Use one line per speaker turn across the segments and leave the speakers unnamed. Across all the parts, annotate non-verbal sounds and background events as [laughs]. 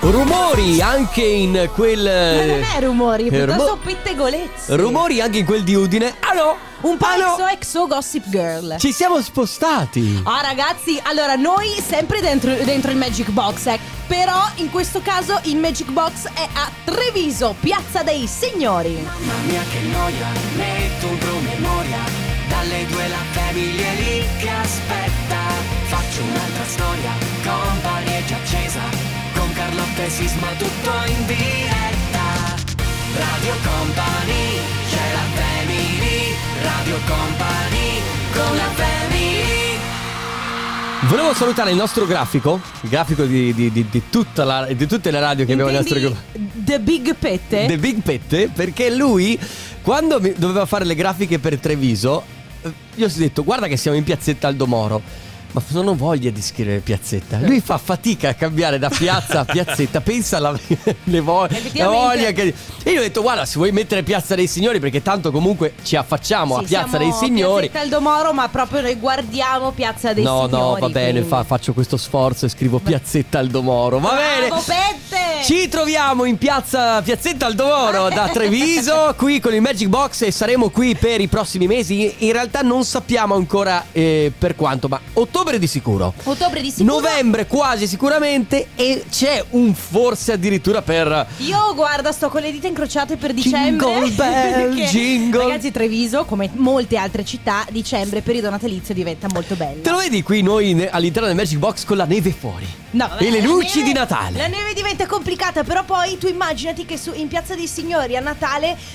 Rumori anche in quel.
Ma non è rumori, è
Eh,
piuttosto
rumo-
pettegolezzi.
Rumori anche in quel di Udine. Ah no!
Un po'
Ah, no!
exo exo gossip girl.
Ci siamo spostati.
Ah ragazzi, allora noi sempre dentro, dentro il Magic Box, eh. però in questo caso il Magic Box è a Treviso, Piazza dei Signori.
Mamma mia che noia, metto un promemoria Dalle due la famiglia è lì che aspetta Faccio un'altra storia, company è già accesa Con Carlotta e Sisma tutto in diretta Radio Company, c'è la family Radio Company, con la family
Volevo salutare il nostro grafico. Il grafico di, di- di- di tutta la- di tutte le radio che abbiamo nel nostro
Intendi
gruppo.
The Big Pette?
The Big Pette, perché lui, quando mi- doveva fare le grafiche per Treviso, eh, io ho detto, guarda che siamo in piazzetta Aldo Moro. Ma non ho voglia di scrivere piazzetta. Lui fa fatica a cambiare da piazza a
[laughs]
piazzetta. Pensa alla le vo- la
Effettivamente.
voglia che. E io ho detto, guarda, se vuoi mettere Piazza dei Signori, perché tanto comunque ci affacciamo
Sì,
a Piazza
siamo
dei Signori.
Piazzetta Aldomoro, ma proprio noi guardiamo Piazza dei
no,
Signori.
no, va bene,
quindi.
fa- faccio questo sforzo e scrivo Piazzetta Aldomoro. Va bene.
Bravo, Pette!
Ci troviamo in piazza Piazzetta
[laughs]
Aldoro da Treviso, qui con il Magic Box e saremo qui per i prossimi mesi. In realtà non sappiamo ancora eh, per quanto, ma ottobre di sicuro.
Ottobre di sicuro.
Novembre quasi sicuramente e c'è un forse addirittura per...
Io guarda, sto con le dita incrociate per dicembre.
Jingle bell,
[laughs] perché,
jingle.
Ragazzi, Treviso, come molte altre città, dicembre, periodo natalizio, diventa molto bello.
Te lo vedi qui noi ne- all'interno del Magic Box con la neve fuori?
No, vabbè,
E le
la
luci
neve-
di Natale.
La neve diventa complicata, però poi tu immaginati che su- in Piazza dei Signori a Natale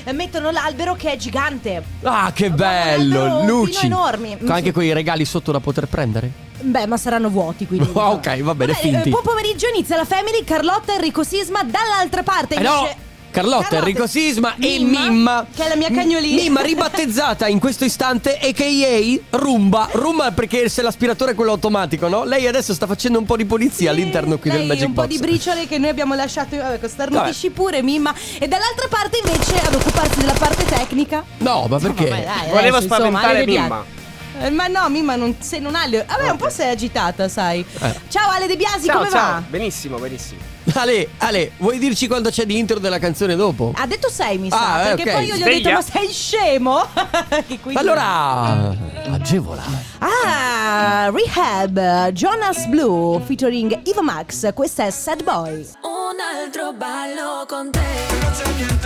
eh, mettono l'albero che è gigante.
Ah, che
Ma
bello!
un albero
Luci!
fino enormi.
Anche quei regali sotto da poter prendere?
Beh, ma saranno vuoti quindi.
[laughs] Ah, ok, va bene, finti.
eh, Buon pomeriggio, inizia la Family, Carlotta, Enrico Sisma, dall'altra parte.
Eh no,
invece-
Carlotta, Enrico Sisma e Mimma.
Che è la mia cagnolina.
Mimma ribattezzata in questo istante e che ieri rumba. Rumba perché se l'aspiratore è quello automatico, no? Lei adesso sta facendo un po' di
Sì,
pulizia all'interno qui
lei
del Magic
un
Box.
po' di briciole che noi abbiamo lasciato eh, vabbè costernutisci
Vabbè.
pure Mimma e dall'altra parte invece ad occuparsi della parte tecnica
No, ma perché?
Vabbè, dai, eh.
Voleva
adesso,
spaventare
Ale De Biasi.
Mimma.
Eh, ma no Mimma non, se non ha le... vabbè un po' sei agitata sai
Eh.
ciao Ale De Biasi come va?
Benissimo, benissimo.
Ale, Ale, vuoi dirci quando c'è l'intro della canzone dopo?
ha detto sei mi
Ah,
sa
eh,
perché
ok.
poi io gli ho
Sveglia.
detto ma sei scemo [laughs] Che quindi-
Allora, agevola.
ah Rehab Jonas Blue featuring Ivo Max questa è Sad Boy
Un altro ballo con te.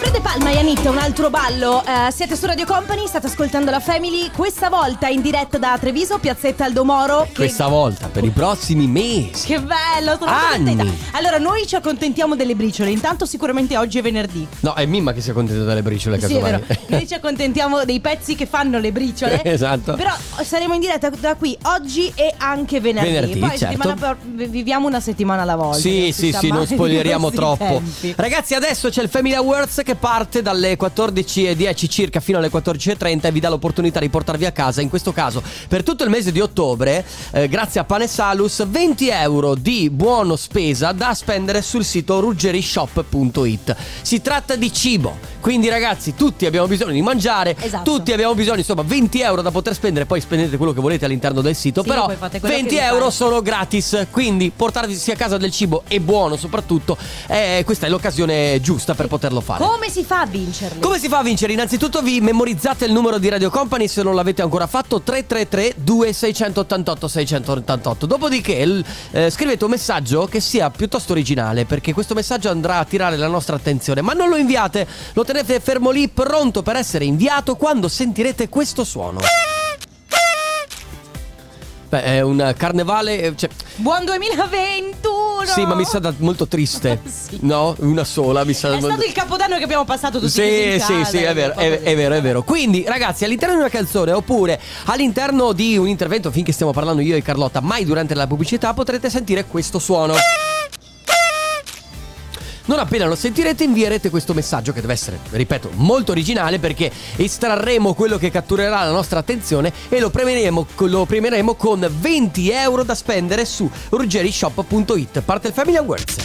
Prende palma Ianitta, un altro ballo. Eh, siete su Radio Company, state ascoltando la Family, questa volta in diretta da Treviso, piazzetta Aldomoro. Che,
Questa volta, per i prossimi mesi.
che bello, sono molto
Anni.
contenta. Allora, noi ci accontentiamo delle briciole, intanto sicuramente oggi è venerdì.
No, è Mimma che si è contenta delle briciole,
Sì, è
casomai.
vero. Noi ci accontentiamo dei pezzi che fanno le briciole.
[laughs] Esatto.
Però saremo in diretta da qui oggi e anche venerdì.
Venerdì,
Poi
certo.
settimana per- viviamo una settimana alla volta.
Sì,
non si
sì,
sa
sì,
mai
non
di [laughs]
spoileriamo
questi
troppo.
tempi.
Ragazzi, adesso c'è il Family Awards che parte dalle 14.10 circa fino alle 14.30 e vi dà l'opportunità di portarvi a casa. In questo caso, per tutto il mese di ottobre, eh, grazie a Pane Salus, 20 euro di buono spesa da spendere sul sito ruggerishop.it. Si tratta di cibo, quindi ragazzi, tutti abbiamo bisogno di mangiare,
Esatto.
tutti abbiamo bisogno, insomma, 20 euro da poter spendere, poi spendete quello che volete all'interno del sito,
Sì,
però
poi fate quello che
20
vi
euro
pare.
sono gratis, quindi portarvisi a casa del cibo è buono soprattutto, eh, questa è l'occasione giusta per poterlo fare.
Come si fa a vincerli?
Come si fa a vincere? Innanzitutto vi memorizzate il numero di Radio Company se non l'avete ancora fatto 333 2688 688. Dopodiché l- eh, scrivete un messaggio che sia piuttosto originale perché questo messaggio andrà a attirare la nostra attenzione, ma non lo inviate, lo tenete fermo lì pronto per essere inviato quando sentirete questo suono. Beh, è un carnevale, eh, cioè,
Buon 2021!
sì, ma mi sa da- molto triste.
[laughs] Sì.
No, una sola mi sa
È
molto-
stato il capodanno che abbiamo passato tutti
sì,
chiusi in eh,
sì,
casa,
sì, è vero,
un po'
è,
così.
è vero, è vero. Quindi, ragazzi, all'interno di una canzone oppure all'interno di un intervento, finché stiamo parlando io e Carlotta, mai durante la pubblicità potrete sentire questo suono. Non appena lo sentirete invierete questo messaggio che deve essere, ripeto, molto originale perché estrarremo quello che catturerà la nostra attenzione e lo premieremo, lo premieremo con 20 euro da spendere su ruggerishop.it. Parte il Family Awards.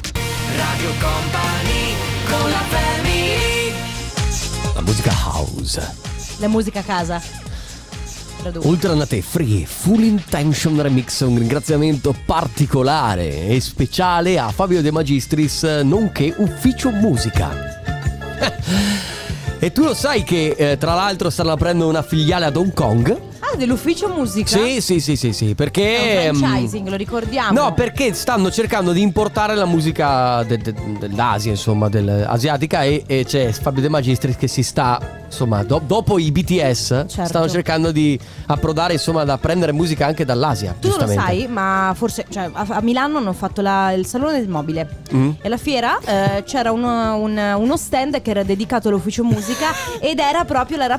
Radio Company, con la family
La musica house.
La musica a casa. numero 2.
Ultranate Free Full Intention Remix, un ringraziamento particolare e speciale a Fabio De Magistris, nonché Ufficio Musica. [laughs] e tu lo sai che eh, tra l'altro stanno aprendo una filiale ad Hong Kong?
Ah, dell'ufficio musica?
Sì, sì, sì, sì, sì, perché...
È un
ehm,
franchising, lo ricordiamo.
No, perché stanno cercando di importare la musica de- de- dell'Asia, insomma, del- asiatica e, e c'è Fabio De Magistris che si sta, insomma, do- dopo i BTS,
Certo.
stanno cercando di approdare, insomma, da prendere musica anche dall'Asia.
Tu non lo
giustamente.
sai, ma forse cioè, a, a Milano hanno fatto la- il salone del mobile
Mm.
e alla fiera eh, c'era uno, un- uno stand che era dedicato
[laughs]
all'ufficio musica ed era proprio la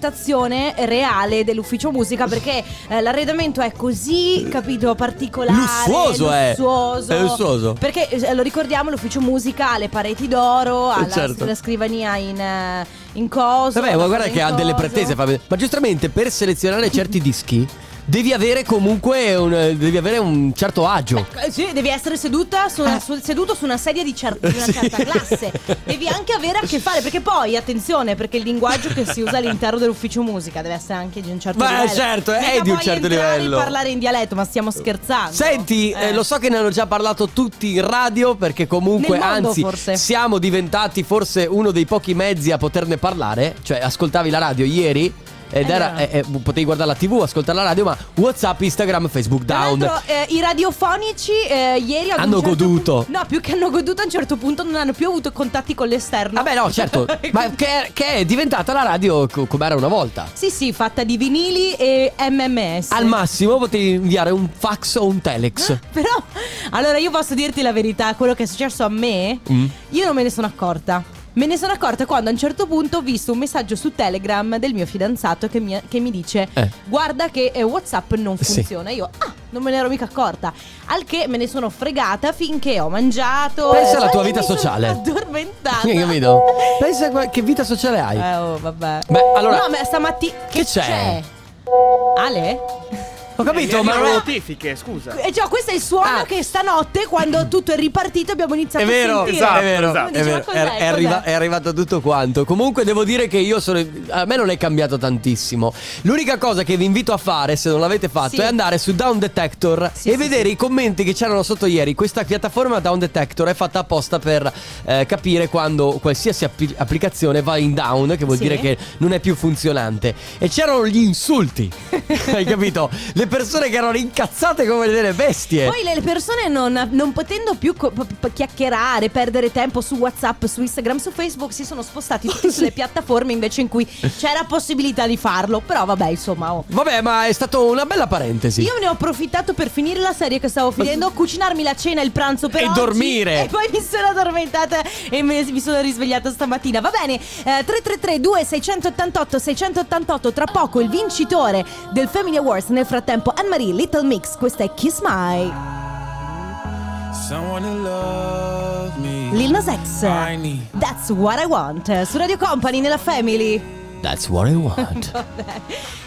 rappresentazione reale dell'ufficio musica perché eh, l'arredamento è così, capito, particolare,
Lussuoso, eh.
lussuoso.
È lussuoso.
Perché eh, lo ricordiamo, l'ufficio musica ha le pareti d'oro, ha la-
Certo.
la, scrivania in, eh, in coso.
Vabbè,
la
ma
cosa
guarda
in
che ha delle
coso.
pretese, Fabio. Ma giustamente per selezionare certi dischi devi avere comunque un, devi avere un certo agio.
Eh, Sì, devi essere seduta su una- su- seduto su una sedia di, cer- di una
Sì.
certa classe. Devi anche avere a che fare, perché poi, attenzione, perché il linguaggio che si usa all'interno dell'ufficio musica deve essere anche di un certo
Beh,
livello.
certo, è
Mica
di un
puoi
certo
entrare
livello.
E parlare in dialetto, ma stiamo scherzando.
Senti, eh,
Eh.
lo so che ne hanno già parlato tutti in radio perché comunque,
Nel mondo,
anzi,
forse.
siamo diventati forse uno dei pochi mezzi a poterne parlare, cioè ascoltavi la radio ieri ed
È
era,
vero.
eh, eh, potevi guardare la tv, ascoltare la radio, ma Whatsapp, Instagram, Facebook
Tra
down.
l'altro eh, i radiofonici eh, ieri ad un
Hanno
certo
goduto.
pu- No, più che hanno goduto a un certo punto non hanno più avuto contatti con l'esterno.
Vabbè no,
[laughs]
certo, ma che, che è diventata la radio co- come era una volta.
Sì, sì, fatta di vinili e MMS.
Al massimo potevi inviare un fax o un telex.
[laughs] Però, allora io posso dirti la verità, quello che è successo a me,
Mm.
io non me ne sono accorta. Me ne sono accorta quando a un certo punto ho visto un messaggio su Telegram del mio fidanzato che mi, che mi dice
Eh.
guarda che eh, Whatsapp non
Sì.
funziona. Io, ah, non me ne ero mica accorta. Al che me ne sono fregata finché ho mangiato.
Pensa alla
e
tua
mi
vita
sono
sociale.
Addormentata.
Hai capito? Pensa qua- che vita sociale hai.
Eh, oh, vabbè.
Beh, allora-
No, ma stamattina...
Che c'è?
Ale?
Ho capito, ma
Eh, le
non-
notifiche, scusa.
Eh, cioè, questo è il suono
Ah.
che stanotte, quando tutto è ripartito, abbiamo iniziato
È vero,
a sentire.
esatto,
è vero,
esatto.
è, vero.
Dicevo,
È-
cos'è,
è arriva-
cos'è?
è arrivato tutto quanto. Comunque devo dire che io sono. A me non è cambiato tantissimo. L'unica cosa che vi invito a fare, se non l'avete fatto,
Sì.
è andare su Down Detector
Sì,
e
sì,
vedere i commenti che c'erano sotto ieri. Questa piattaforma Down Detector è fatta apposta per eh, capire quando qualsiasi appi- applicazione va in down, che vuol
Sì.
dire che non è più funzionante. E c'erano gli
[laughs]
insulti. Hai capito? Le persone che erano incazzate come delle bestie.
Poi le persone non, non potendo più co- p- p- chiacchierare, perdere tempo su WhatsApp, su Instagram, su Facebook, si sono
[laughs]
spostati tutti sulle piattaforme invece in cui c'era possibilità di farlo. Però vabbè, insomma, oh.
Vabbè, ma è stata una bella parentesi.
Io ne ho approfittato per finire la serie che stavo finendo, cucinarmi la cena e il pranzo per
E
oggi,
dormire.
E poi mi sono addormentata e me- mi sono risvegliata stamattina. Va bene, eh, 333-2688-688, tra poco il vincitore del Family Awards. Nel frattempo, Anne-Marie Little Mix, questa è Kiss My
Someone to love me.
Lil Nas X.
I need
That's what I want. eh, Su Radio Company, nella Family.
That's what I want.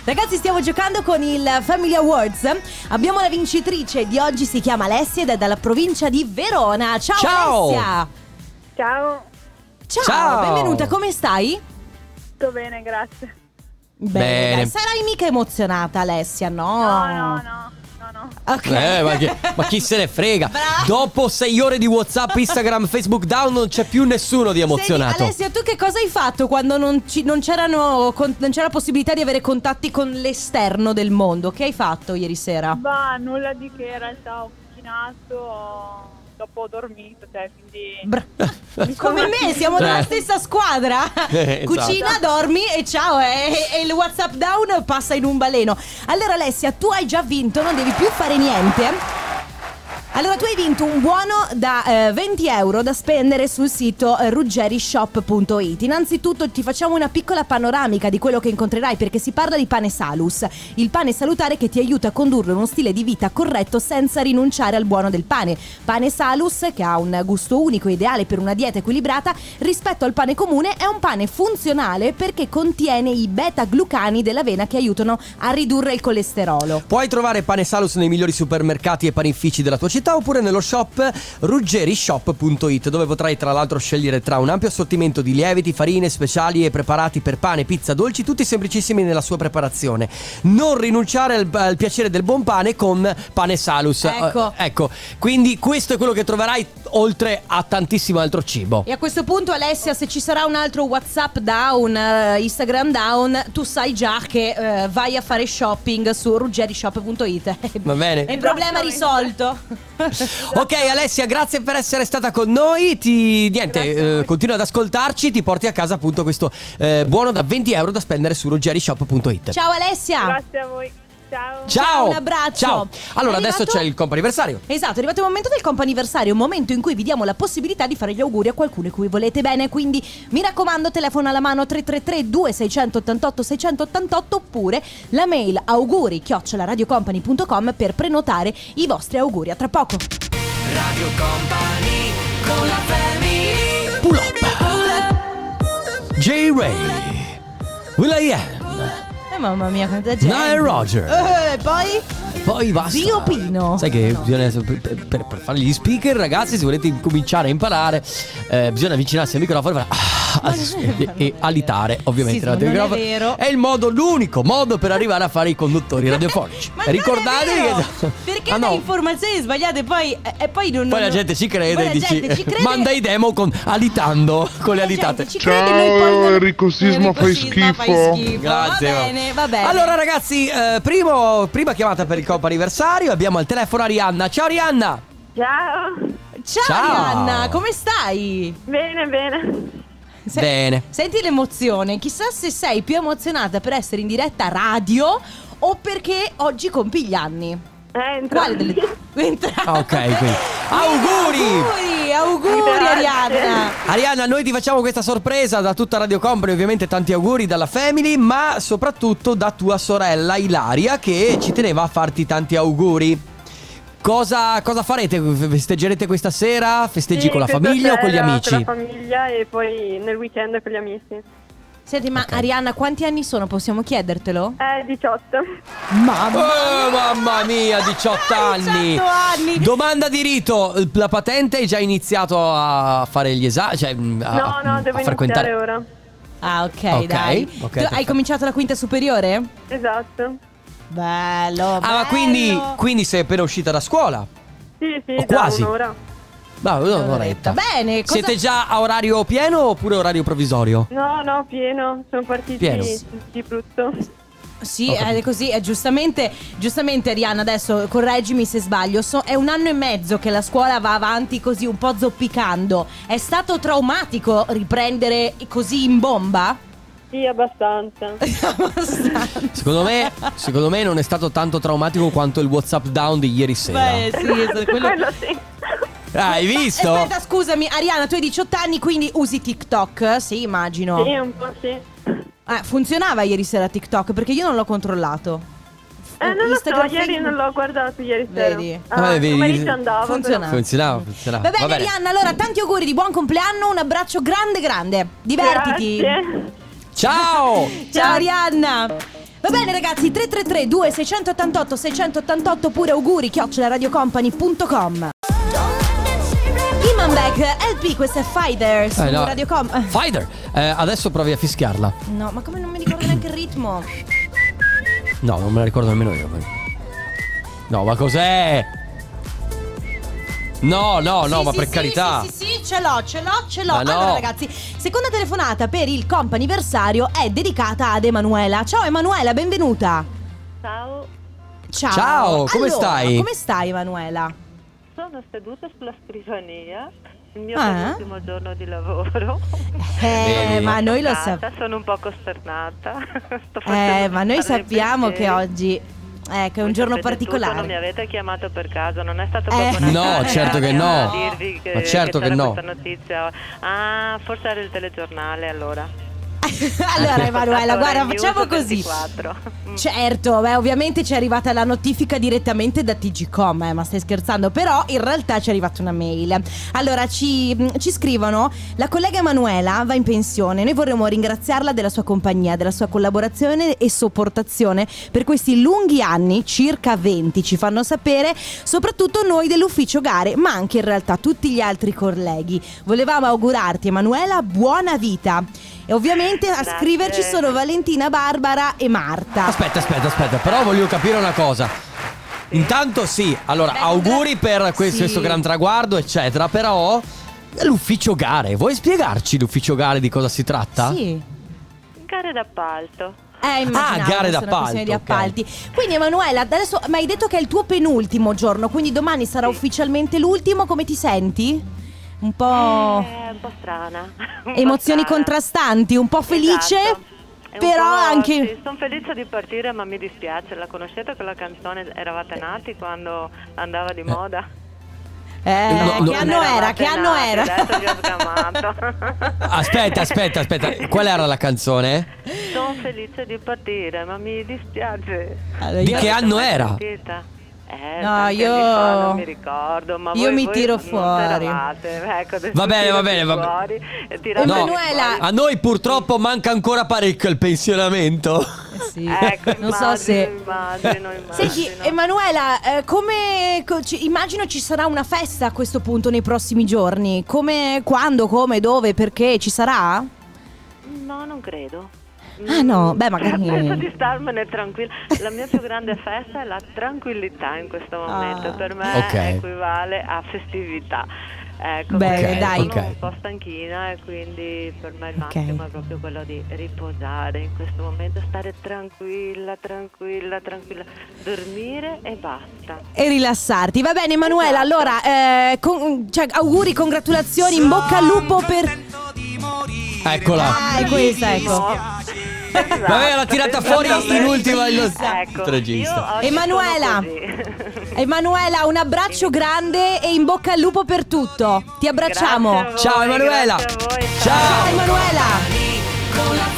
Ragazzi, stiamo giocando con il Family Awards. Abbiamo la vincitrice di oggi, si chiama Alessia ed è dalla provincia di Verona. Ciao,
Ciao.
Alessia!
Ciao,
Ciao,
Ciao.
benvenuta, come stai?
tutto bene, grazie.
Bene.
dai, Sarai mica emozionata, Alessia, no?
No, no, no, no, no.
Ok.
Eh, ma, chi,
[laughs]
ma chi se ne frega?
Bravo.
Dopo sei ore di WhatsApp, Instagram, Facebook down, non c'è più nessuno di emozionato.
Senti, Alessia, tu che cosa hai fatto quando non, ci- non c'erano, con- non c'era possibilità di avere contatti con l'esterno del mondo? Che hai fatto ieri sera?
Ma nulla di che, in realtà ho cucinato, ho- dopo ho dormito, cioè, quindi... [laughs]
Bra- Come me, siamo della
Cioè.
Eh.
stessa squadra.
Eh,
Cucina, dormi e ciao. eh, E, e il WhatsApp down passa in un baleno. Allora, Alessia, tu hai già vinto, non devi più fare niente. Allora, tu hai vinto un buono da eh, 20 euro da spendere sul sito eh, ruggerishop.it. Innanzitutto ti facciamo una piccola panoramica di quello che incontrerai perché si parla di pane salus, il pane salutare che ti aiuta a condurre uno stile di vita corretto senza rinunciare al buono del pane. Pane salus, che ha un gusto unico e ideale per una dieta equilibrata, rispetto al pane comune è un pane funzionale perché contiene i beta-glucani dell'avena che aiutano a ridurre il colesterolo.
Puoi trovare pane salus nei migliori supermercati e panifici della tua città città oppure nello shop ruggerishop.it dove potrai tra l'altro scegliere tra un ampio assortimento di lieviti, farine, speciali e preparati per pane, pizza, dolci, tutti semplicissimi nella sua preparazione. Non rinunciare al, al piacere del buon pane con Pane Salus.
Ecco.
Eh, ecco, quindi questo è quello che troverai oltre a tantissimo altro cibo.
E a questo punto Alessia, se ci sarà un altro WhatsApp down, eh, Instagram down, tu sai già che eh, vai a fare shopping su ruggerishop.it.
Va bene.
[laughs] È il problema risolto.
[laughs] Ok Alessia, grazie per essere stata con noi. Ti, niente,
Grazie a voi.
eh, continua ad ascoltarci. Ti porti a casa appunto questo eh, buono da 20 euro da spendere su ruggerishop.it.
Ciao Alessia.
Grazie a voi. Ciao.
Ciao!
un abbraccio.
Ciao! Allora,
È
adesso
arrivato-
c'è il comp'anniversario.
Esatto, è arrivato il momento del comp'anniversario, un momento in cui vi diamo la possibilità di fare gli auguri a qualcuno cui volete bene, quindi mi raccomando telefono alla mano 333 2688 688 oppure la mail auguri radiocompany.com per prenotare i vostri auguri. A tra poco.
Radio Company con la family
Pull up. J-Ray. Will.i.am.
Eh, mamma mia, quanta gente.
Nile Roger.
Eh, poi
Poi basta.
Zio Pino.
Sai che bisogna, per, per- per fare gli speaker, ragazzi, se volete cominciare a imparare, eh, bisogna avvicinarsi al microfono e, fare
[laughs]
ah, e, e alitare, ovviamente.
Sì,
davanti al
non è
microfono.
vero.
È il modo, l'unico modo per arrivare a fare i conduttori radiofonici.
[laughs] Ma non è
Ricordatevi
vero!
che.
Perché
[laughs] Ah,
dai
no.
informazioni sbagliate poi, eh, e- e poi non
Poi la
non-
gente ci crede
poi la
e dici,
gente ci crede
manda i demo con, alitando con le
La gente
alitate.
ci
Ciao,
crede, noi poi non-
Enrico Sisma, fai
Sisma fai
schifo.
schifo.
Grazie.
Va bene, va bene.
Allora, ragazzi, eh, primo- prima chiamata per il Coppa anniversario. Abbiamo al telefono Arianna. Ciao, Arianna.
Ciao.
Ciao,
Ciao.
Arianna, come stai?
Bene, bene.
Se-
Bene.
Senti l'emozione, chissà se sei più emozionata per essere in diretta radio o perché oggi compi gli anni.
Eh, Entra.
Quale delle Entra-
Ah, ok, quindi. Auguri!
Auguri, auguri
Grazie.
Arianna.
Arianna, noi ti facciamo questa sorpresa da tutta Radio Company, ovviamente tanti auguri dalla Family, ma soprattutto da tua sorella Ilaria che ci teneva a farti tanti auguri. Cosa, cosa farete? Festeggerete questa sera? Festeggi
Sì,
con la
questa
famiglia o con gli
sera Con
amici?
la famiglia e poi nel weekend con gli amici.
Senti, ma Arianna, quanti anni sono? Possiamo chiedertelo?
Eh, 18.
Mamma.
Oh, mamma mia,
[laughs]
18 anni.
18 anni.
Domanda di rito, la patente hai già iniziato a fare gli esami? Cioè, mm, a,
no, no,
a
devo
frequentare.
iniziare ora.
Ah, ok,
Ok,
dai.
ok,
Tu hai
perfetto.
cominciato la quinta superiore?
Esatto.
Bello.
Ah, ma quindi, quindi sei appena uscita da scuola?
Sì, sì,
O
da
quasi.
un'ora.
No, un'oretta.
Bene, cosa-
Siete già a orario pieno oppure orario provvisorio?
No, no, pieno. Sono partiti
Pieno.
di brutto.
Sì,
Ho
è
capito.
così, è giustamente, giustamente Arianna, adesso correggimi se sbaglio, so- è un anno e mezzo che la scuola va avanti così un po' zoppicando, è stato traumatico riprendere così in bomba? [laughs]
Sì, abbastanza.
Eh Abbastanza.
Secondo
[laughs]
me, secondo me non è stato tanto traumatico quanto il WhatsApp down di ieri sera.
Beh, sì,
[laughs]
è stato quello...
Quello sì.
Ah, Hai
Ma-
visto?
Aspetta, scusami, Arianna, tu hai 18 anni, quindi usi TikTok? Sì, immagino.
Sì, un po' sì. Eh,
Ah, funzionava ieri sera TikTok perché io non l'ho controllato.
Eh, non lo so,
Instagram,
ieri
Facebook.
non l'ho guardato ieri
Vedi.
sera. Ah,
Eh, vedi.
pomeriggio andavo. però.
Funzionava.
Funzionava, funzionava.
Va bene, Arianna, allora tanti auguri di buon compleanno, un abbraccio grande grande. Divertiti.
Grazie.
[laughs]
Ciao!
Ciao Arianna. Va bene ragazzi, 333 2688 688 oppure auguri chioccioladiocompany.com. Iman Beck, LP, questa è Fighter su
Eh, no.
Radio Com. eh,
Fighter, eh, adesso provi a fischiarla.
No, ma come non mi ricordo neanche il ritmo?
No, non me la ricordo nemmeno io. No, ma cos'è? No, no, Oh, no,
Sì,
ma
sì,
per
sì,
carità.
Sì, sì, sì, ce l'ho, ce l'ho, ce l'ho.
Ma no.
Allora, ragazzi, seconda telefonata per il comp anniversario è dedicata ad Emanuela. Ciao Emanuela, benvenuta.
Ciao,
Ciao.
Ciao, come
Allora,
stai?
Come stai Emanuela?
sono seduta sulla scrivania. Il mio
Ah.
penultimo giorno di lavoro.
Eh,
Vedi?
ma noi lo
[laughs] Costernata,
sappiamo.
Sono un po' costernata. [laughs] Sto
Eh,
facendo
ma noi
stare i
sappiamo
pensieri.
che oggi ecco, è un
Voi
giorno
sapete tutto, non
[laughs]
mi
particolare.
avete chiamato per caso, non è stato
Eh.
proprio
No,
Natale,
certo che
eh,
no.
a dirvi che,
Ma certo
c'era
che no.
questa notizia. Ah, forse era il telegiornale allora.
[laughs]
allora Emanuela, guarda,
News
facciamo così.
24. Mm.
Certo, beh, ovviamente ci è arrivata la notifica direttamente da TGcom, eh, ma stai scherzando, però in realtà ci è arrivata una mail. Allora ci, mh, ci scrivono, la collega Emanuela va in pensione, noi vorremmo ringraziarla della sua compagnia, della sua collaborazione e sopportazione per questi lunghi anni, circa 20 ci fanno sapere, soprattutto noi dell'ufficio gare, ma anche in realtà tutti gli altri colleghi. Volevamo augurarti Emanuela buona vita. E ovviamente a
Grazie.
scriverci sono Valentina, Barbara e Marta.
Aspetta, aspetta, aspetta, però voglio capire una cosa. Intanto sì, allora
Beh,
auguri per que-
sì.
questo, gran traguardo, eccetera, però l'ufficio gare, vuoi spiegarci l'ufficio gare di cosa si tratta?
Sì.
Gare d'appalto.
Eh, immaginavo
Ah, gare
fosse una
d'appalto,
questione di
ok.
appalti. Quindi Emanuela, adesso mi hai detto che è il tuo penultimo giorno, quindi domani sarà ufficialmente l'ultimo, come ti senti? Un po'
Eh, un po' strana. un po'
Oh. emozioni
strana.
contrastanti, un po' felice,
Esatto. È un
però
po'-
anche
sì, sono felice di partire, ma mi dispiace. La conoscete quella canzone? Eravate nati quando andava di moda?
Eh,
No, no.
che anno era? Che anno era?
Adesso vi ho
[laughs]
sgamato.
[laughs] Aspetta, aspetta, aspetta, qual era la canzone?
Sono felice di partire, ma mi dispiace.
Allora,
Di
io-
che
L'avete
anno
mai
era?
sentita?
No,
Eh, tanti
io-
anni fa, non mi ricordo, ma
io
voi-
mi
voi
tiro
non
fuori.
c'eravate. Ecco, adesso
Va bene,
tirati
va bene, va bene.
fuori e tiratemi
No.
Emanuela,
fuori.
A noi purtroppo manca ancora parecchio il pensionamento.
Eh, Sì.
Ecco,
non so se
Immagino, immagino.
Senti, Emanuela, eh, come co- ci- immagino ci sarà una festa a questo punto nei prossimi giorni. Come, quando, come, dove, perché ci sarà?
No, non credo. Mm.
Ah, no, beh, magari-
Penso di starmene
[laughs]
tranquilla. La mia più grande festa è la tranquillità in questo momento.
Ah.
Per me
Ok.
equivale a festività. Ecco,
Bene,
perché
dai.
Sono
Ok.
un po' stanchina e quindi per me il
Ok.
massimo è proprio quello di riposare in questo momento, stare tranquilla, tranquilla, tranquilla, dormire e basta.
E rilassarti. Va bene, Emanuela.
Esatto.
Allora, eh, con- cioè, auguri, congratulazioni, in bocca al lupo per.
Eccola.
Ah, è questa, ecco.
Esatto.
Vabbè, l'ha tirata fuori in ultima il
Ecco, io
regista.
oggi sono
Emanuela.
così. [laughs]
Emanuela, un abbraccio grande e in bocca al lupo per tutto. Ti abbracciamo.
Grazie a voi,
Ciao, Emanuela.
grazie a voi,
Ciao.
Ciao, Emanuela.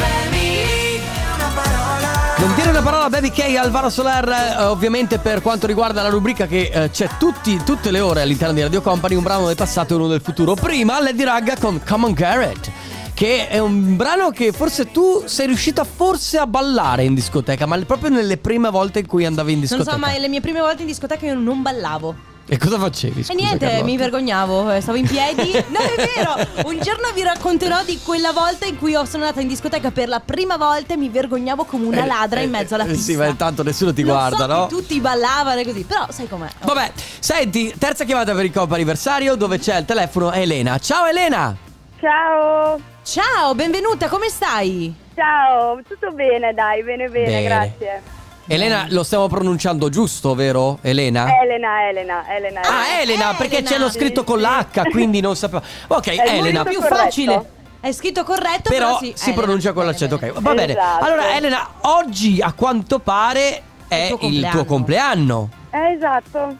Non dire una parola a Baby K Alvaro Soler, eh, ovviamente per quanto riguarda la rubrica che eh, c'è tutti- tutte le ore all'interno di Radio Company, un brano del passato e uno del futuro. Prima Lady Ragga con Come on Garrett, che è un brano che forse tu sei riuscita forse a ballare in discoteca, ma proprio nelle prime volte in cui andavi in
Non
discoteca.
so, ma le mie prime volte in discoteca io non ballavo.
E cosa facevi?
E
scusa,
niente,
Carlotta?
mi vergognavo, eh, stavo in piedi. [laughs] No, è vero. Un giorno vi racconterò di quella volta in cui ho- sono andata in discoteca per la prima volta e mi vergognavo come una
Eh,
ladra
eh,
in mezzo alla
eh,
pista.
Sì, ma intanto nessuno ti
Lo
guarda,
so che
no?
Tutti ballavano e così, però sai com'è.
Vabbè, senti, terza chiamata per il Coppa Anniversario dove c'è il telefono Elena. Ciao Elena!
Ciao,
Ciao, benvenuta, come stai?
ciao, tutto bene dai, bene bene,
Bene.
grazie.
Elena, lo stiamo pronunciando giusto, vero Elena?
Ah.
Elena, Elena, Elena.
Ah, Elena, perché
Eh, Elena. Eh,
c'è lo scritto con l'H, quindi non sapevo. Ok,
molto
Elena.
Più
Più Corretto.
facile. È scritto corretto, però,
Però
sì,
si
Elena.
pronuncia con
Bene,
l'accento,
bene.
ok. Va bene.
Esatto.
Allora, Elena, oggi a quanto pare è
Il tuo
il
compleanno.
tuo compleanno.
Eh, esatto.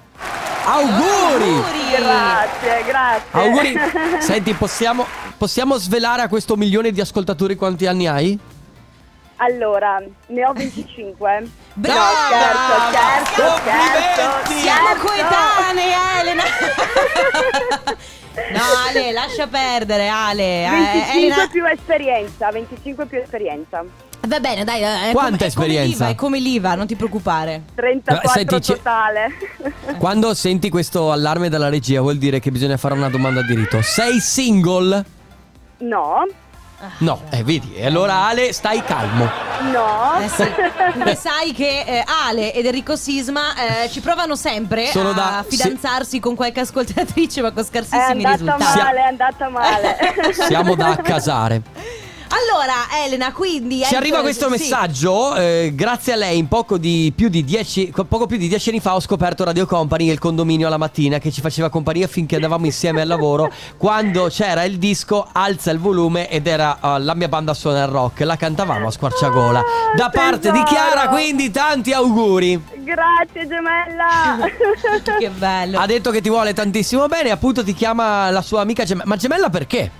Auguri!
Auguri!
Grazie, grazie. [laughs]
Auguri!
[laughs]
Senti, possiamo, possiamo svelare a questo milione di ascoltatori quanti anni
[laughs]
hai?
allora, ne ho 25.
Brava!
No, certo, certo, certo.
Complimenti!
Siamo
Certo.
coetanei,
[laughs]
Elena! no, Ale, lascia perdere, Ale. Eh,
25
Elena-
più esperienza, 25 più esperienza.
Va bene, dai. eh,
Quanta
È come, è come
esperienza?
l'IVA, È come l'IVA, non ti preoccupare.
34
Senti, c'è-
totale. [laughs]
Quando senti questo allarme dalla regia vuol dire che bisogna fare una domanda di rito. Sei single?
no,
Ah,
No, eh, vedi, e allora Ale, stai calmo.
no.
Eh sì, perché sai che eh, Ale ed Enrico Sisma eh, ci provano sempre
Sono
a
da-
fidanzarsi con qualche ascoltatrice, ma con
[laughs] È
scarsissimi
andata
risultati.
male, è
[laughs]
andata male.
Siamo da accasare.
Allora, Elena, quindi.
Ci arriva questo
sì.
messaggio, eh, grazie a lei in poco, di più di dieci, co- poco più di dieci anni fa ho scoperto Radio Company nel condominio alla mattina che ci faceva compagnia finché andavamo insieme al lavoro, quando c'era il disco alza il volume ed era eh, la mia banda suona il rock, la cantavamo a squarciagola. Da
Ah,
parte di
tesoro.
Chiara quindi tanti auguri,
Grazie gemella.
Che bello.
ha detto che ti vuole tantissimo bene, appunto ti chiama la sua amica gemella, ma gemella perché?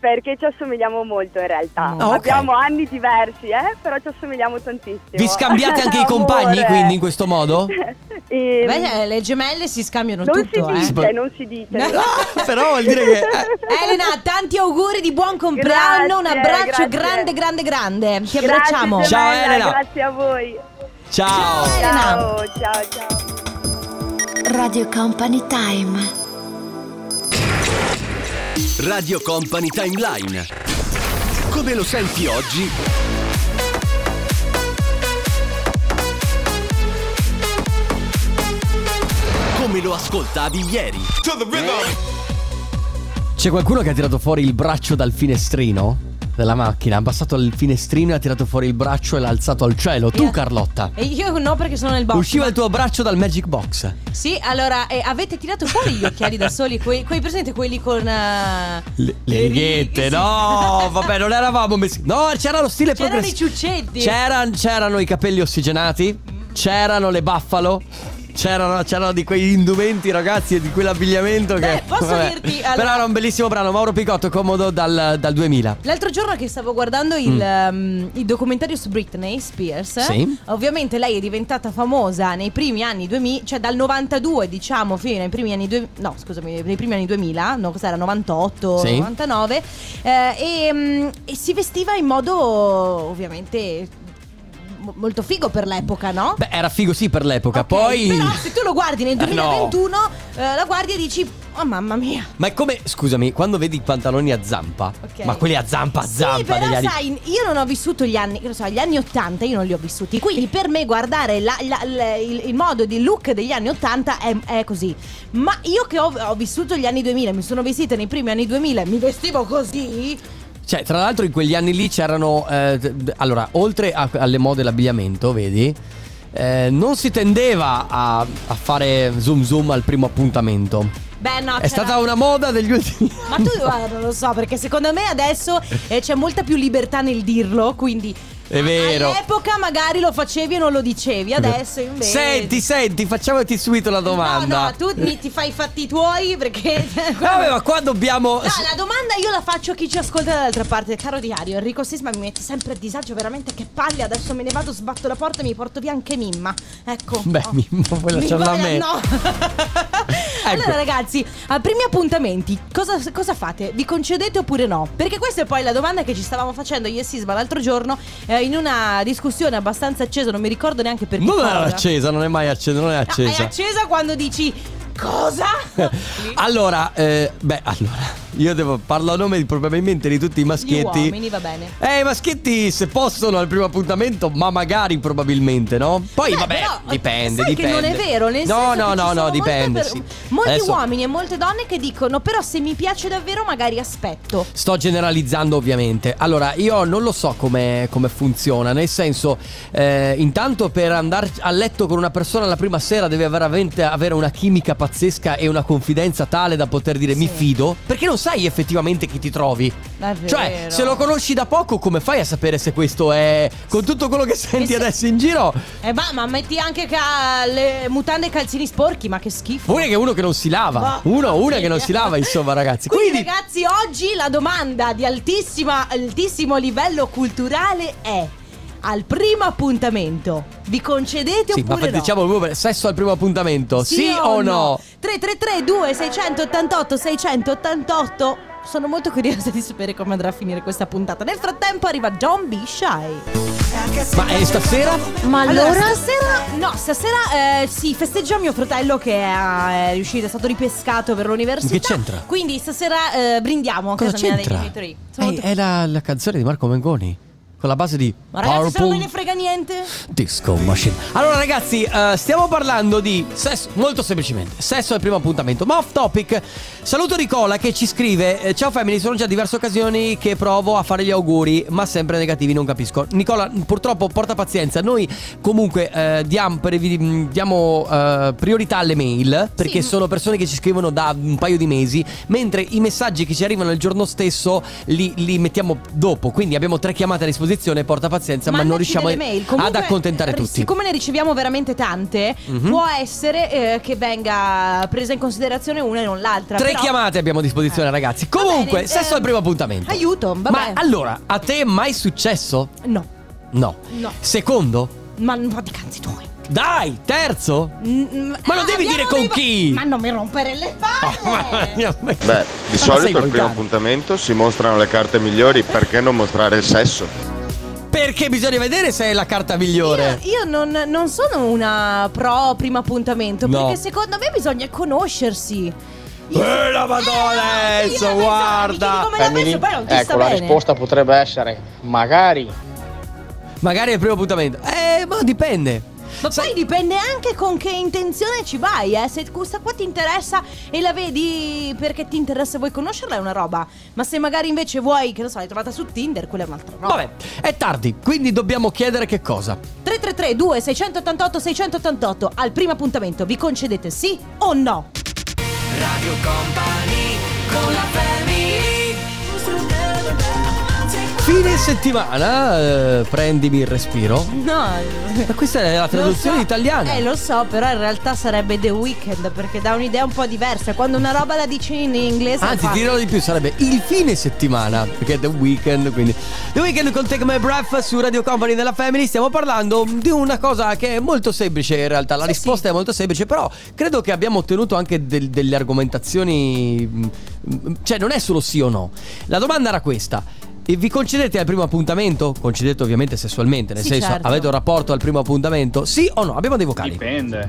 Perché ci assomigliamo molto in realtà.
Ah, ok.
Abbiamo anni diversi, eh, però ci assomigliamo tantissimo.
Vi scambiate anche i compagni,
Amore.
quindi, in questo modo?
[laughs] Ehm,
Beh, eh, le gemelle si scambiano
non
tutto,
si
eh.
dice, non si dice.
Ah, [laughs] però vuol dire che... eh,
Elena, tanti auguri di buon compleanno, un
Grazie,
abbraccio
grazie.
grande, grande, grande. Ti
Grazie,
Eh, abbracciamo.
Ciao,
gemella,
Elena.
Grazie a voi.
Ciao!
Elena.
Ciao, ciao, ciao.
Radio Company Time.
Radio Company Timeline. Come lo senti oggi? Come lo ascoltavi ieri?
C'è qualcuno che ha tirato fuori il braccio dal finestrino della macchina, ha abbassato il finestrino e ha tirato fuori il braccio e l'ha alzato al cielo. Tu,
Via.
Carlotta,
E io no perché sono nel box.
usciva il tuo braccio dal Magic Box.
Sì, allora eh, avete tirato fuori gli occhiali da soli, quei, quei presenti, quelli con... eh,
Le, le
ri-
righette,
sì.
no, vabbè, non eravamo messi. No, c'era lo stile
C'erano i
progressivo.
ciuccetti.
C'eran- c'erano i capelli ossigenati, c'erano le buffalo. C'erano, c'erano di quegli indumenti, ragazzi, e di quell'abbigliamento che.
Beh, posso
vabbè.
dirti,
Però
allora-
era un bellissimo brano, Mauro Picotto, comodo dal, dal 2000.
L'altro giorno che stavo guardando il, ehm, il documentario su Britney Spears,
Mm. Sì.
ovviamente lei è diventata famosa nei primi anni 2000, cioè dal 92 diciamo fino ai primi anni 2000, no scusami, nei primi anni 2000, no cos'era 98,
Sì.
99, eh, e, mm, e si vestiva in modo ovviamente mo- molto figo per l'epoca, no?
Beh, era figo sì per l'epoca.
Ok,
Poi.
Però se tu lo guardi nel
Eh, [laughs] no.
2021, eh, la guardi e dici, oh mamma mia.
Ma è come, scusami, quando vedi i pantaloni a zampa,
Ok.
ma quelli a zampa a
sì,
zampa
però
degli anni.
sai, io non ho vissuto gli anni, lo so, gli anni 80 io non li ho vissuti. Quindi per me guardare la- la- la- il, il modo di look degli anni 80 è, è così. Ma io che ho, ho vissuto gli anni 2000, mi sono vestita nei primi anni 2000 e mi vestivo così.
Cioè, tra l'altro in quegli anni lì c'erano, eh, d- d- allora, oltre a- alle mode e l'abbigliamento, vedi, eh, non si tendeva a, a fare zoom zoom al primo appuntamento.
Beh, no,
è
c'era-
stata una moda degli ultimi
Ma tu guarda, non lo so, perché secondo me adesso eh, c'è molta più libertà nel dirlo, quindi
È vero.
All'epoca magari lo facevi e non lo dicevi, adesso invece
Senti, senti, facciamoti subito la domanda.
No, no, tu mi- ti fai i fatti tuoi perché
[laughs] Vabbè, ma qua dobbiamo...
No, Ah, la domanda io la faccio a chi ci ascolta dall'altra parte. Caro diario, Enrico Sisma mi mette sempre a disagio, veramente che palle. Adesso me ne vado, sbatto la porta e mi porto via anche Mimma. Ecco.
Beh,
Oh.
Mimma, puoi lasciarla a
vada-
me. [laughs] Ecco.
No. Allora, ragazzi, a primi appuntamenti, cosa, cosa fate? Vi concedete oppure no? Perché questa è poi la domanda che ci stavamo facendo io e Sisma l'altro giorno eh, in una discussione abbastanza accesa, non mi ricordo neanche perché.
Non era accesa, non è mai accesa, non è accesa.
Ah, è accesa quando dici
[laughs]
cosa?
Allora, eh, beh, allora, io devo parlo a nome di- probabilmente di tutti i
Gli
maschietti.
uomini, va bene.
Eh, i maschietti se possono al primo appuntamento, ma magari probabilmente, no? Poi
Beh,
vabbè,
però,
dipende,
sai
dipende.
Che non è vero, nel
No,
senso
no,
che ci
no,
sono
no,
molte
dipende,
per-
sì.
Molti
Adesso
uomini e molte donne che dicono "Però se mi piace davvero magari aspetto".
Sto generalizzando ovviamente. Allora, io non lo so come, come funziona, nel senso, eh, intanto per andare a letto con una persona la prima sera deve veramente avere una chimica pazzesca e una confidenza tale da poter dire mi
Sì.
fido, perché non sai effettivamente chi ti trovi.
Davvero.
Cioè, se lo conosci da poco, come fai a sapere se questo è. Con tutto quello che senti
se-
adesso in giro?
Eh, ma, ma metti anche ca- le mutande e i calzini sporchi, ma che schifo.
Una che è uno che non si lava.
Ma-
Uno, una che non si lava, insomma, ragazzi.
Quindi,
Quindi.
ragazzi, oggi la domanda di altissima, altissimo livello culturale è al primo appuntamento vi concedete
Sì, ma
oppure
fa-
no?
diciamo proprio per- sesso al primo appuntamento, Oh, sì, o no?
333 2688 688 Sono molto curiosa di sapere come andrà a finire questa puntata Nel frattempo arriva John B. Shy
Ma eh, stasera?
Ma allora, stasera, no, stasera eh, si festeggia mio fratello che è, è riuscito, è stato ripescato per l'università
Che c'entra?
Quindi stasera eh, brindiamo a
Cosa
casa mia dei
c'entra?
genitori Sono
Eh,
molto-
è la, la canzone di Marco Mengoni. Con la base di
Ma ragazzi, se non me ne
Purple
frega niente
Disco Machine. Allora, ragazzi, eh, stiamo parlando di sesso. Molto semplicemente, sesso al primo appuntamento. Ma off topic, saluto Nicola che ci scrive: eh, Ciao Family, sono già diverse occasioni che provo a fare gli auguri, ma sempre negativi, non capisco. Nicola, purtroppo, porta pazienza. Noi comunque eh, diam- previ- diamo, eh, priorità alle mail perché sono persone che ci scrivono da un paio di mesi, mentre i messaggi che ci arrivano il giorno stesso li, li mettiamo dopo. Quindi abbiamo tre chiamate a disposizione disposizione, porta pazienza, ma non
Mandaci
riusciamo
delle mail. Comunque,
ad accontentare
r-
tutti. Mhm.
Siccome ne riceviamo veramente tante, può essere eh, che venga presa in considerazione una e non l'altra.
Tre
però- Eh.
chiamate abbiamo a disposizione, ragazzi.
Va
Comunque,
bene,
sesso
eh,
al primo appuntamento.
Aiuto, vabbè.
Ma allora, a te è mai successo?
No,
No.
No.
Secondo?
ma non di cazzi tuoi.
Dai, terzo?
Mm,
Ma non devi
abbiamo
dire con
dei-
chi. Oh,
Ma non mi rompere
[laughs]
le palle!
Beh, di solito al
appuntamento
primo appuntamento si mostrano le carte migliori, perché non mostrare il sesso?
Perché bisogna vedere se è la carta migliore.
Io, io non, non sono una pro primo appuntamento,
No.
perché secondo me bisogna conoscersi. Io-
Eh, la Madonna,
Eh, no,
adesso,
io la penso-
guarda.
Eh, mi dici come la penso, poi non ti sta bene.
potrebbe essere magari.
Magari è il primo appuntamento. Eh, ma dipende.
Ma
Sai-
poi dipende anche con che intenzione ci vai, eh. Se questa qua ti interessa e la vedi perché ti interessa e vuoi conoscerla è una roba. Ma se magari invece vuoi, che lo so, l'hai trovata su Tinder, quella è un'altra roba.
Vabbè, è tardi, quindi dobbiamo chiedere che cosa.
333 2688 688 al primo appuntamento vi concedete sì o no?
Radio Company con la family
Fine settimana, eh, prendimi il respiro.
No.
Ma questa è la traduzione
Lo so-
italiana.
Eh lo so, però in realtà sarebbe The Weeknd perché dà un'idea un po' diversa. Quando una roba la dici in inglese
Anzi,
fa-
ti dirò di più, sarebbe il fine settimana, perché è The Weekend, quindi... The Weekend con Take My Breath su Radio Company della Family, stiamo parlando di una cosa che è molto semplice in realtà, la risposta è molto semplice, però credo che abbiamo ottenuto anche del- delle argomentazioni... mh, mh, Cioè, non è solo sì o no. La domanda era questa. E vi concedete al primo appuntamento? Concedete ovviamente sessualmente, nel
Sì,
senso
certo.
avete un rapporto al primo appuntamento? Sì o no? Abbiamo dei vocali.
Dipende,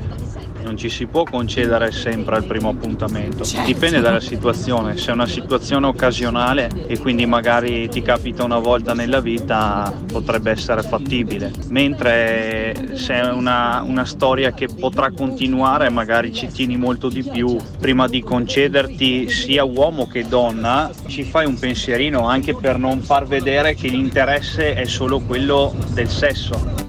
non ci si può concedere sempre al primo appuntamento. Dipende dalla situazione, se è una situazione occasionale e quindi magari ti capita una volta nella vita potrebbe essere fattibile, mentre se è una, una storia che potrà continuare magari ci tieni molto di più, prima di concederti sia uomo che donna ci fai un pensierino anche per non far vedere che l'interesse è solo quello del sesso.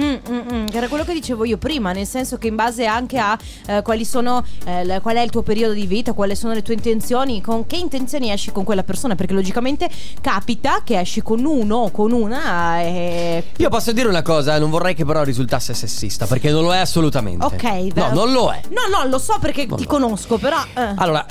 Mm, mm, mm, che era quello che dicevo io prima, nel senso che in base anche a eh, quali sono, eh, la- qual è il tuo periodo di vita, quali sono le tue intenzioni, con che intenzioni esci con quella persona, perché logicamente capita che esci con uno o con una e...
Io posso dire una cosa, non vorrei che però risultasse sessista, perché non lo è assolutamente.
Ok,
No,
beh.
non lo è.
No, no, lo so perché
No,
ti
no.
conosco, però... eh,
Allora,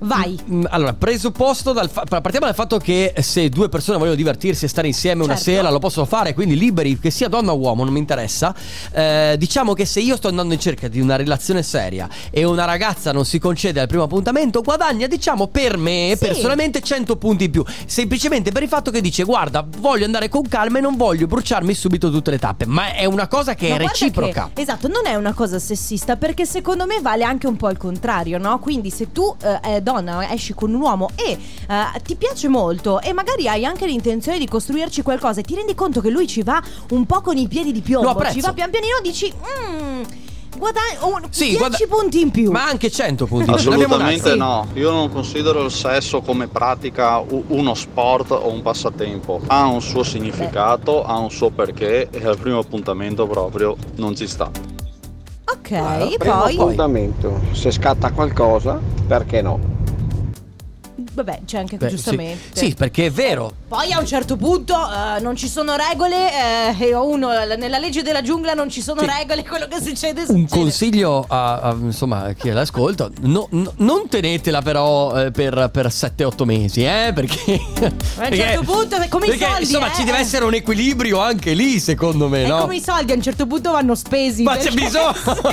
Vai.
Mm, Allora, presupposto dal fa- partiamo dal fatto che se due persone vogliono divertirsi e stare insieme una
Certo.
sera lo possono fare, quindi liberi, che sia donna o uomo, non mi interessa. Eh, diciamo che se io sto andando in cerca di una relazione seria e una ragazza non si concede al primo appuntamento, guadagna, diciamo, per me
Sì.
personalmente 100 punti in più. Semplicemente per il fatto che dice "Guarda, voglio andare con calma e non voglio bruciarmi subito tutte le tappe", ma è una cosa che
Ma
è
guarda
reciproca.
che- esatto, non è una cosa sessista perché secondo me vale anche un po' il contrario, no? Quindi se tu eh, eh, donna esci con un uomo e eh, ti piace molto e magari hai anche l'intenzione di costruirci qualcosa e ti rendi conto che lui ci va un po' con i piedi di
Lo
piombo,
apprezzo.
ci va pian pianino, dici "Mm, guadagni un- 10
guarda-
punti in più.
Ma anche 100 punti.
Assolutamente
L'abbiamo
no, io non considero il sesso come pratica u- uno sport o un passatempo. Ha un suo significato, ha un suo perché e al primo appuntamento proprio non ci sta.
Ok,
Guarda, Ah, prima o
poi,
poi.
Appuntamento, se scatta qualcosa, perché no?
vabbè, c'è anche
Beh, sì.
giustamente.
sì, perché è vero.
Poi a un certo punto eh, non ci sono regole, eh, e uno nella legge della giungla non ci sono
Sì.
regole, quello che succede succede.
un consiglio a, a, insomma, a chi l'ascolta no- no- non tenetela però eh, per, per 7-8 mesi eh perché
Ma a
[laughs]
un certo punto è come i
perché,
soldi,
insomma
eh.
ci deve essere un equilibrio anche lì secondo me
È
Eh, no
come i soldi, eh. a un certo punto vanno spesi.
ma c'è
perché-
bisogno
[laughs] Va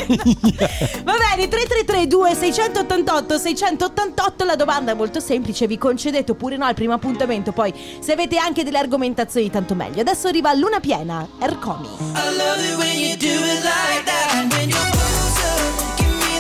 bene, 3332 688 688 la domanda è molto semplice, vi concedete oppure no al primo appuntamento, poi se avete anche delle argomentazioni tanto meglio. Adesso arriva Luna Piena, Ercomi.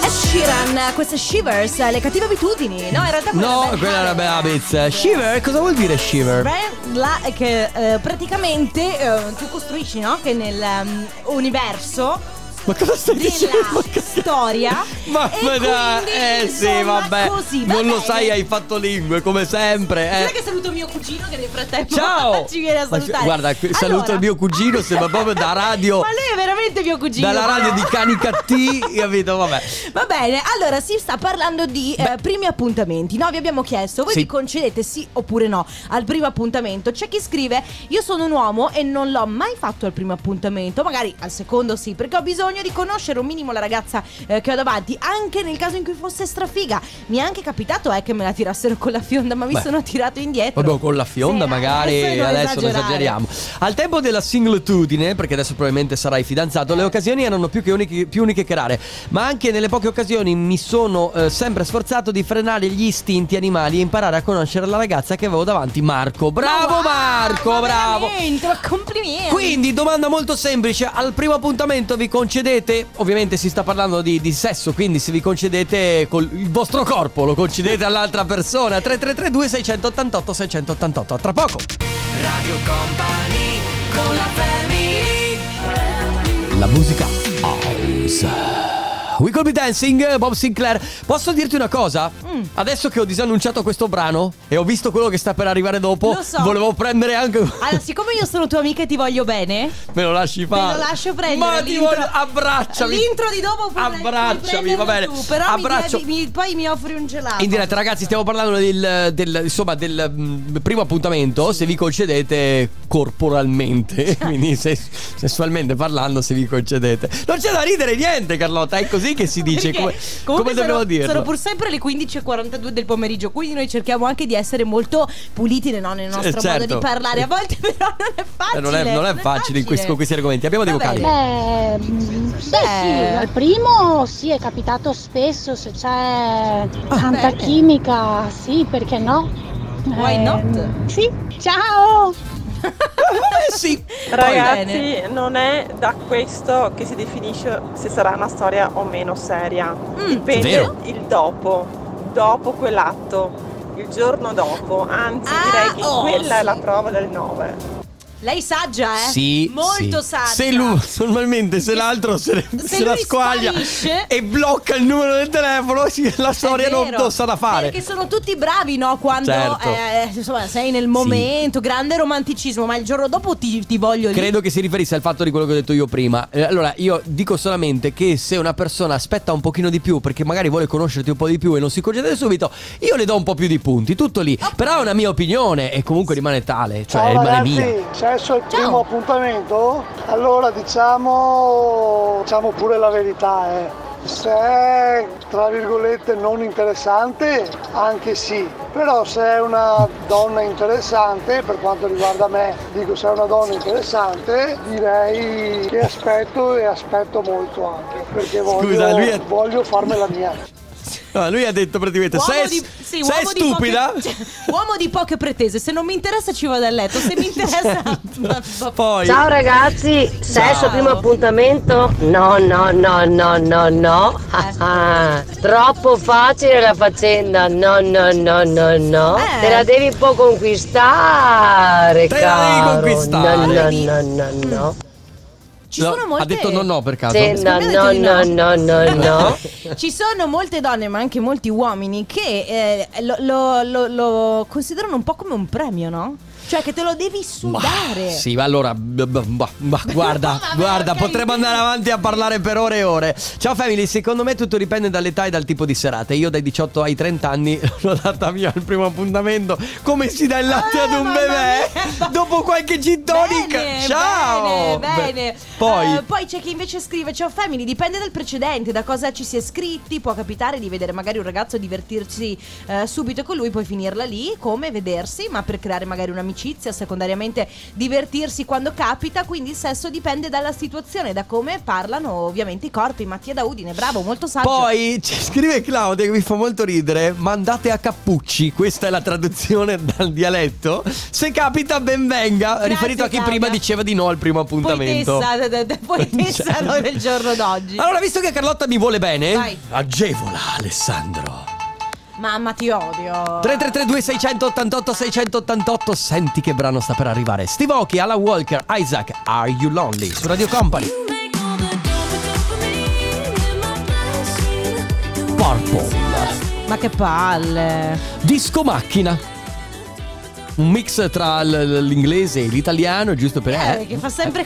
Ed Sheeran, queste Shivers, le cattive abitudini, no? In realtà quella
no
era Bad
quella è una
Habits.
bella bizza shiver cosa vuol dire shiver
Beh, la- che eh, praticamente eh, tu costruisci, no? Che nel ehm, universo
Ma cosa stai dicendo?
storia.
[laughs] Ma,
e
ma dai,
quindi,
eh sì,
insomma,
vabbè.
così, va
non lo
bene.
sai, hai fatto lingue come sempre.
Guarda
Eh.
che saluto mio cugino che nel frattempo
Ciao!
[laughs] ci viene a
Ma-
salutare.
guarda, qui- saluto
Allora,
il mio cugino, sembra proprio
[laughs]
da radio.
Ma lei è veramente mio cugino.
dalla radio di Cani
[laughs]
Cattì, capito? Vabbè.
Va bene, allora si sta parlando di eh, primi appuntamenti. No, vi abbiamo chiesto, voi
Sì.
vi concedete sì oppure no al primo appuntamento. C'è chi scrive, io sono un uomo e non l'ho mai fatto al primo appuntamento, magari al secondo sì, perché ho bisogno di conoscere un minimo la ragazza eh, che ho davanti, anche nel caso in cui fosse strafiga. Mi è anche capitato eh, che me la tirassero con la fionda, ma mi
Beh.
sono tirato indietro.
Vabbè, con la fionda
Sì,
magari
adesso non
adesso non
esagerare.
esageriamo. Al tempo della singletudine, perché adesso probabilmente sarai fidanzato, le occasioni erano più che uniche, più uniche che rare, ma anche nelle poche occasioni mi sono eh, sempre sforzato di frenare gli istinti animali e imparare a conoscere la ragazza che avevo davanti, Marco. Bravo
Ma wow,
Marco,
ma
bravo.
veramente, ma complimenti.
Quindi domanda molto semplice, al primo appuntamento vi concedete, ovviamente si sta parlando di, di sesso, quindi se vi concedete col, il vostro corpo, lo concedete all'altra persona, 3332 688 688, A tra poco.
Radio Company con la family
La musica house. We Could Be Dancing, Bob Sinclair. Posso dirti una cosa?
Mm.
Adesso che ho disannunciato questo brano e ho visto quello che sta per arrivare dopo,
Lo so.
volevo prendere anche...
Allora, siccome io sono tua amica e ti voglio bene,
Me lo lasci fare.
Te lo lascio prendere.
Ma ti
l'intro-
voglio... Abbracciami.
L'intro di dopo puoi pre- puoi
Abbracciami, va
prenderlo
bene.
tu, però
Abbraccio.
mi devi- mi- poi mi offri un gelato.
In diretta, ragazzi, stiamo parlando del, del- insomma, del mm, primo appuntamento. Se vi concedete
Cioè.
corporalmente, [laughs] quindi se- sessualmente parlando, se vi concedete, non c'è da ridere niente, Carlotta. È così che si dice.
Perché
Come, come
comunque
dobbiamo
sono,
dirlo?
Sono pur sempre le 15.42 del pomeriggio, quindi noi cerchiamo anche di essere molto puliti no, nel nostro
Eh, certo.
modo di parlare. A volte [laughs] però non è facile.
Eh, non, è, non è facile in questi- con questi argomenti. Abbiamo dei
Va
vocali.
bene.
Beh, mh, sì,
Eh.
sì, al primo sì, è capitato spesso se c'è tanta
Ah, bene.
chimica, sì, perché no?
Why
Eh,
not?
Sì, ciao!
Eh,
[laughs] sì.
Ragazzi, non è da questo che si definisce se sarà una storia o meno seria.
Mm,
Dipende
Vero.
il dopo, dopo quell'atto, il giorno dopo. Anzi, direi che
oh,
quella è
sì.
la prova del 9.
Lei saggia, eh?
Sì,
Molto
sì.
saggia.
Se lui, normalmente, se l'altro se, ne-
Se
se la
lui
squaglia
sparisce-
e blocca il numero del telefono, sì, la storia non,
Vero,
non sa da fare.
Perché sono tutti bravi, no? Quando
Certo.
eh, insomma, sei nel momento, grande romanticismo, ma il giorno dopo ti, ti voglio lì.
Credo che si riferisse al fatto di quello che ho detto io prima. Eh, Allora, io dico solamente che se una persona aspetta un pochino di più perché magari vuole conoscerti un po' di più e non si concede subito, io le do un po' più di punti, tutto lì. Però è una mia opinione e comunque rimane tale, cioè
Ciao
rimane
Oh, ragazzi,
mia.
sesso è il primo appuntamento? Allora diciamo, diciamo pure la verità, eh. Se è tra virgolette non interessante, anche sì. Però se è una donna interessante, per quanto riguarda me, dico se è una donna interessante, direi che aspetto e aspetto molto anche. Perché voglio,
Scusa, lui è-
voglio farmela mia.
No, lui ha detto praticamente:
Uomo
Sei,
di-
sei
sì, uomo di [laughs]
stupida?
poche- cioè, uomo di poche pretese. Se non mi interessa, ci vado a letto. Se
[laughs]
mi interessa, [laughs]
Poi.
Ciao ragazzi, sesso primo appuntamento? No, no, no, no, no, no. Ah, ah. Troppo facile la faccenda. No, no, no, no, no. Te
eh.
la devi un po' conquistare,
Te la devi
caro. No,
conquistare.
no, no, no, no.
Ci sono molte-
Ha detto no, no per caso.
Sì, no, no, no, no, no, no.
[laughs] Ci sono molte donne, ma anche molti uomini, che eh, lo, lo- lo- lo considerano un po' come un premio, no? Cioè, che te lo devi sudare.
Sì, ma allora, b- b- b- ma guarda,
[laughs]
guarda, potremmo andare avanti a parlare per ore e ore. Ciao family, secondo me tutto dipende dall'età e dal tipo di serata. Io dai 18 ai 30 anni [laughs] l'ho data via al primo appuntamento, come si dà il latte
Ah,
ad un bebè, [laughs] dopo qualche gin tonic.
Bene,
Ciao!
Bene,
Beh,
bene.
Poi...
Eh, poi c'è chi invece scrive: Ciao Family, dipende dal precedente, da cosa ci si è scritti. Può capitare di vedere magari un ragazzo divertirsi eh, subito con lui, poi finirla lì, come vedersi, ma per creare magari un'amicizia, secondariamente divertirsi quando capita. Quindi il sesso dipende dalla situazione, da come parlano ovviamente i corpi. Mattia da Udine, bravo, molto saggio.
Poi ci scrive Claudia che mi fa molto ridere, mandate a cappucci, questa è la traduzione dal dialetto. Se capita ben venga, riferito a chi
Claudia.
prima diceva di no al primo
poi
appuntamento.
[laughs]
Cioè.
tessa, d- d-
[laughs]
poi tessa no, del giorno d'oggi.
Allora, visto che Carlotta mi vuole bene,
Vai.
agevola Alessandro.
Mamma, ti odio.
3332 688 688 Senti che brano sta per arrivare. Steve Aoki, Alan Walker, Isaac, Are You Lonely? Su Radio Company. Purple.
Ma che palle.
Disco macchina. Un mix tra l- l'inglese e l'italiano, giusto per.
Eh, che fa sempre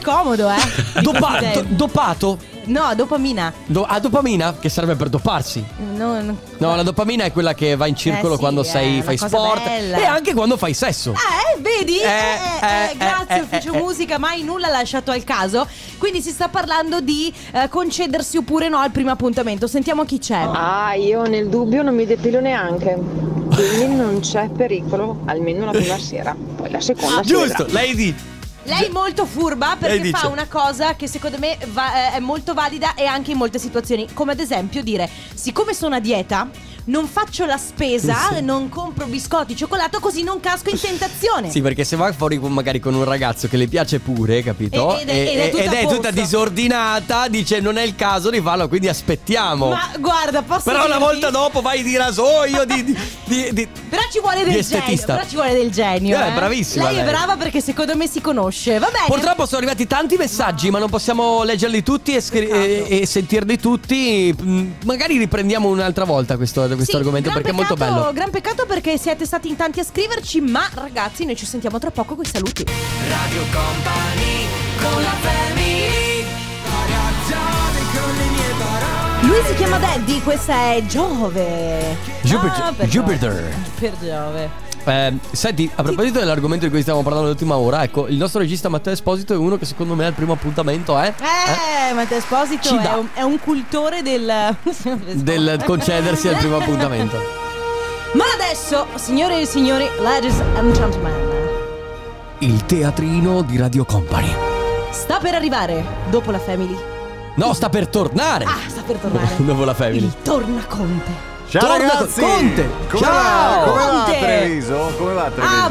[laughs]
comodo, eh.
Dopa-
Sì.
do- dopato?
No, dopamina.
Do- ah, dopamina, che serve per doparsi.
No, no.
No, la dopamina è quella che va in circolo
Eh sì,
quando
è
sei,
una
fai
cosa
sport
bella.
e anche quando fai sesso.
Eh, vedi? Eh, eh,
eh,
grazie,
eh,
ufficio
eh, eh.
musica, mai nulla lasciato al caso. Quindi si sta parlando di eh, concedersi oppure no al primo appuntamento. Sentiamo chi c'è.
Ah, io nel dubbio non mi depilo neanche. Quindi non c'è pericolo, almeno la prima sera. Poi la
ah,
seconda si
Giusto,
vedrà.
lei dice.
Lei è molto furba perché
Lei dice-
fa una cosa che secondo me va- eh, è molto valida e anche in molte situazioni, come ad esempio dire, siccome sono a dieta, non faccio la spesa,
Sì.
non compro biscotti, cioccolato, così non casco in tentazione.
Sì, perché se va fuori con- magari con un ragazzo che le piace pure, capito?
Ed- ed è- ed è tutta
ed
a
è tutta
posto.
disordinata, dice non è il caso di farlo, quindi aspettiamo.
Ma guarda, posso
Però una
dirvi-
volta dopo vai di rasoio, di... di, di- di-
Però ci vuole del
Di
genio,
estetista.
però ci vuole del genio.
Eh,
Eh,
bravissima
Lei, è
lei.
brava perché secondo me si conosce. Va bene.
Purtroppo sono arrivati tanti messaggi, ma non possiamo leggerli tutti e, scri- e- e sentirli tutti. Mm, Magari riprendiamo un'altra volta questo, questo
Sì,
argomento
gran
perché è molto
peccato-
bello.
Gran peccato perché siete stati in tanti a scriverci, ma ragazzi, noi ci sentiamo tra poco con i saluti.
Radio Company con la family Ragazzate con le mie parole
Lui si chiama Daddy, questa è Giove.
Jupiter-
per
Jupiter.
Per Giove.
Eh, senti, a proposito dell'argomento di cui stiamo parlando l'ultima ora, ecco, il nostro regista Matteo Esposito è uno che secondo me al primo appuntamento è
Eh, Matteo Esposito
Ci
è
dà.
un, è un cultore del... [laughs]
eh, del concedersi al primo appuntamento.
Ma adesso, signore e signori, ladies and gentlemen,
Il teatrino di Radio Company.
sta per arrivare, dopo la family,
No, sta per tornare.
ah, sta per
[laughs]
tornare,
[laughs] Dopo la family.
torna Conte.
Ciao
Torna
ragazzi!
con Conte!
Come
Ciao,
va? Ah, Come
Oh, Conte!
va Treviso? Come va Treviso? Eh,
Ah,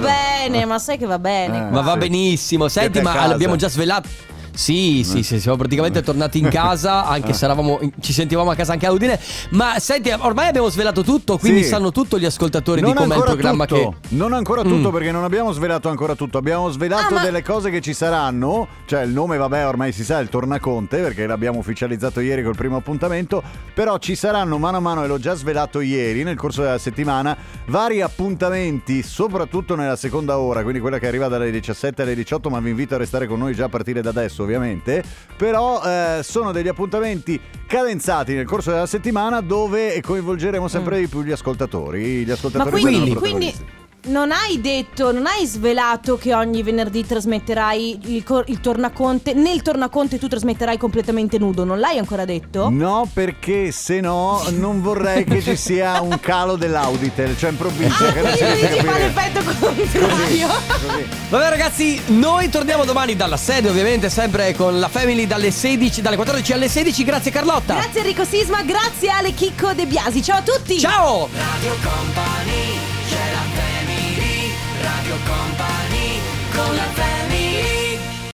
bene, ma sai che va bene.
Ma va benissimo. Senti,
Siete a
ma
casa?
l'abbiamo già svelato. Sì, sì, sì, siamo praticamente tornati in casa,
Ah.
anche se eravamo, ci sentivamo a casa anche a Udine. Ma senti, ormai abbiamo svelato tutto, quindi
Sì.
sanno tutto gli ascoltatori
Non
di com'è il
ancora
programma
tutto,
che...
non ancora tutto
Mm.
perché non abbiamo svelato ancora tutto, abbiamo
Ah,
svelato delle cose che ci saranno, cioè il nome vabbè ormai si sa, è il Tornaconte perché l'abbiamo ufficializzato ieri col primo appuntamento, però ci saranno mano a mano e l'ho già svelato ieri nel corso della settimana vari appuntamenti soprattutto nella seconda ora, quindi quella che arriva dalle 17 alle 18 ma vi invito a restare con noi già a partire da adesso ovviamente, però eh, sono degli appuntamenti cadenzati nel corso della settimana dove coinvolgeremo sempre di più gli ascoltatori, gli ascoltatori
Ma
saranno
quindi, quindi
protagonisti.
non hai detto, non hai svelato che ogni venerdì trasmetterai il, cor- il tornaconte. Nel tornaconte tu trasmetterai completamente nudo, non l'hai ancora detto?
No, perché se no non vorrei che ci sia un calo dell'Auditel, cioè improvviso. che non si
Ah, Quindi
riesce a
dici fa
capire.
l'effetto contrario.
Vabbè ragazzi, noi torniamo domani dalla sede ovviamente, sempre con la Family dalle 16, dalle 14 alle 16. Grazie Carlotta.
Grazie Enrico Sisma, grazie Ale Chicco De Biasi. Ciao a tutti!
Ciao!
Radio Company c'è la family Radio Company con la family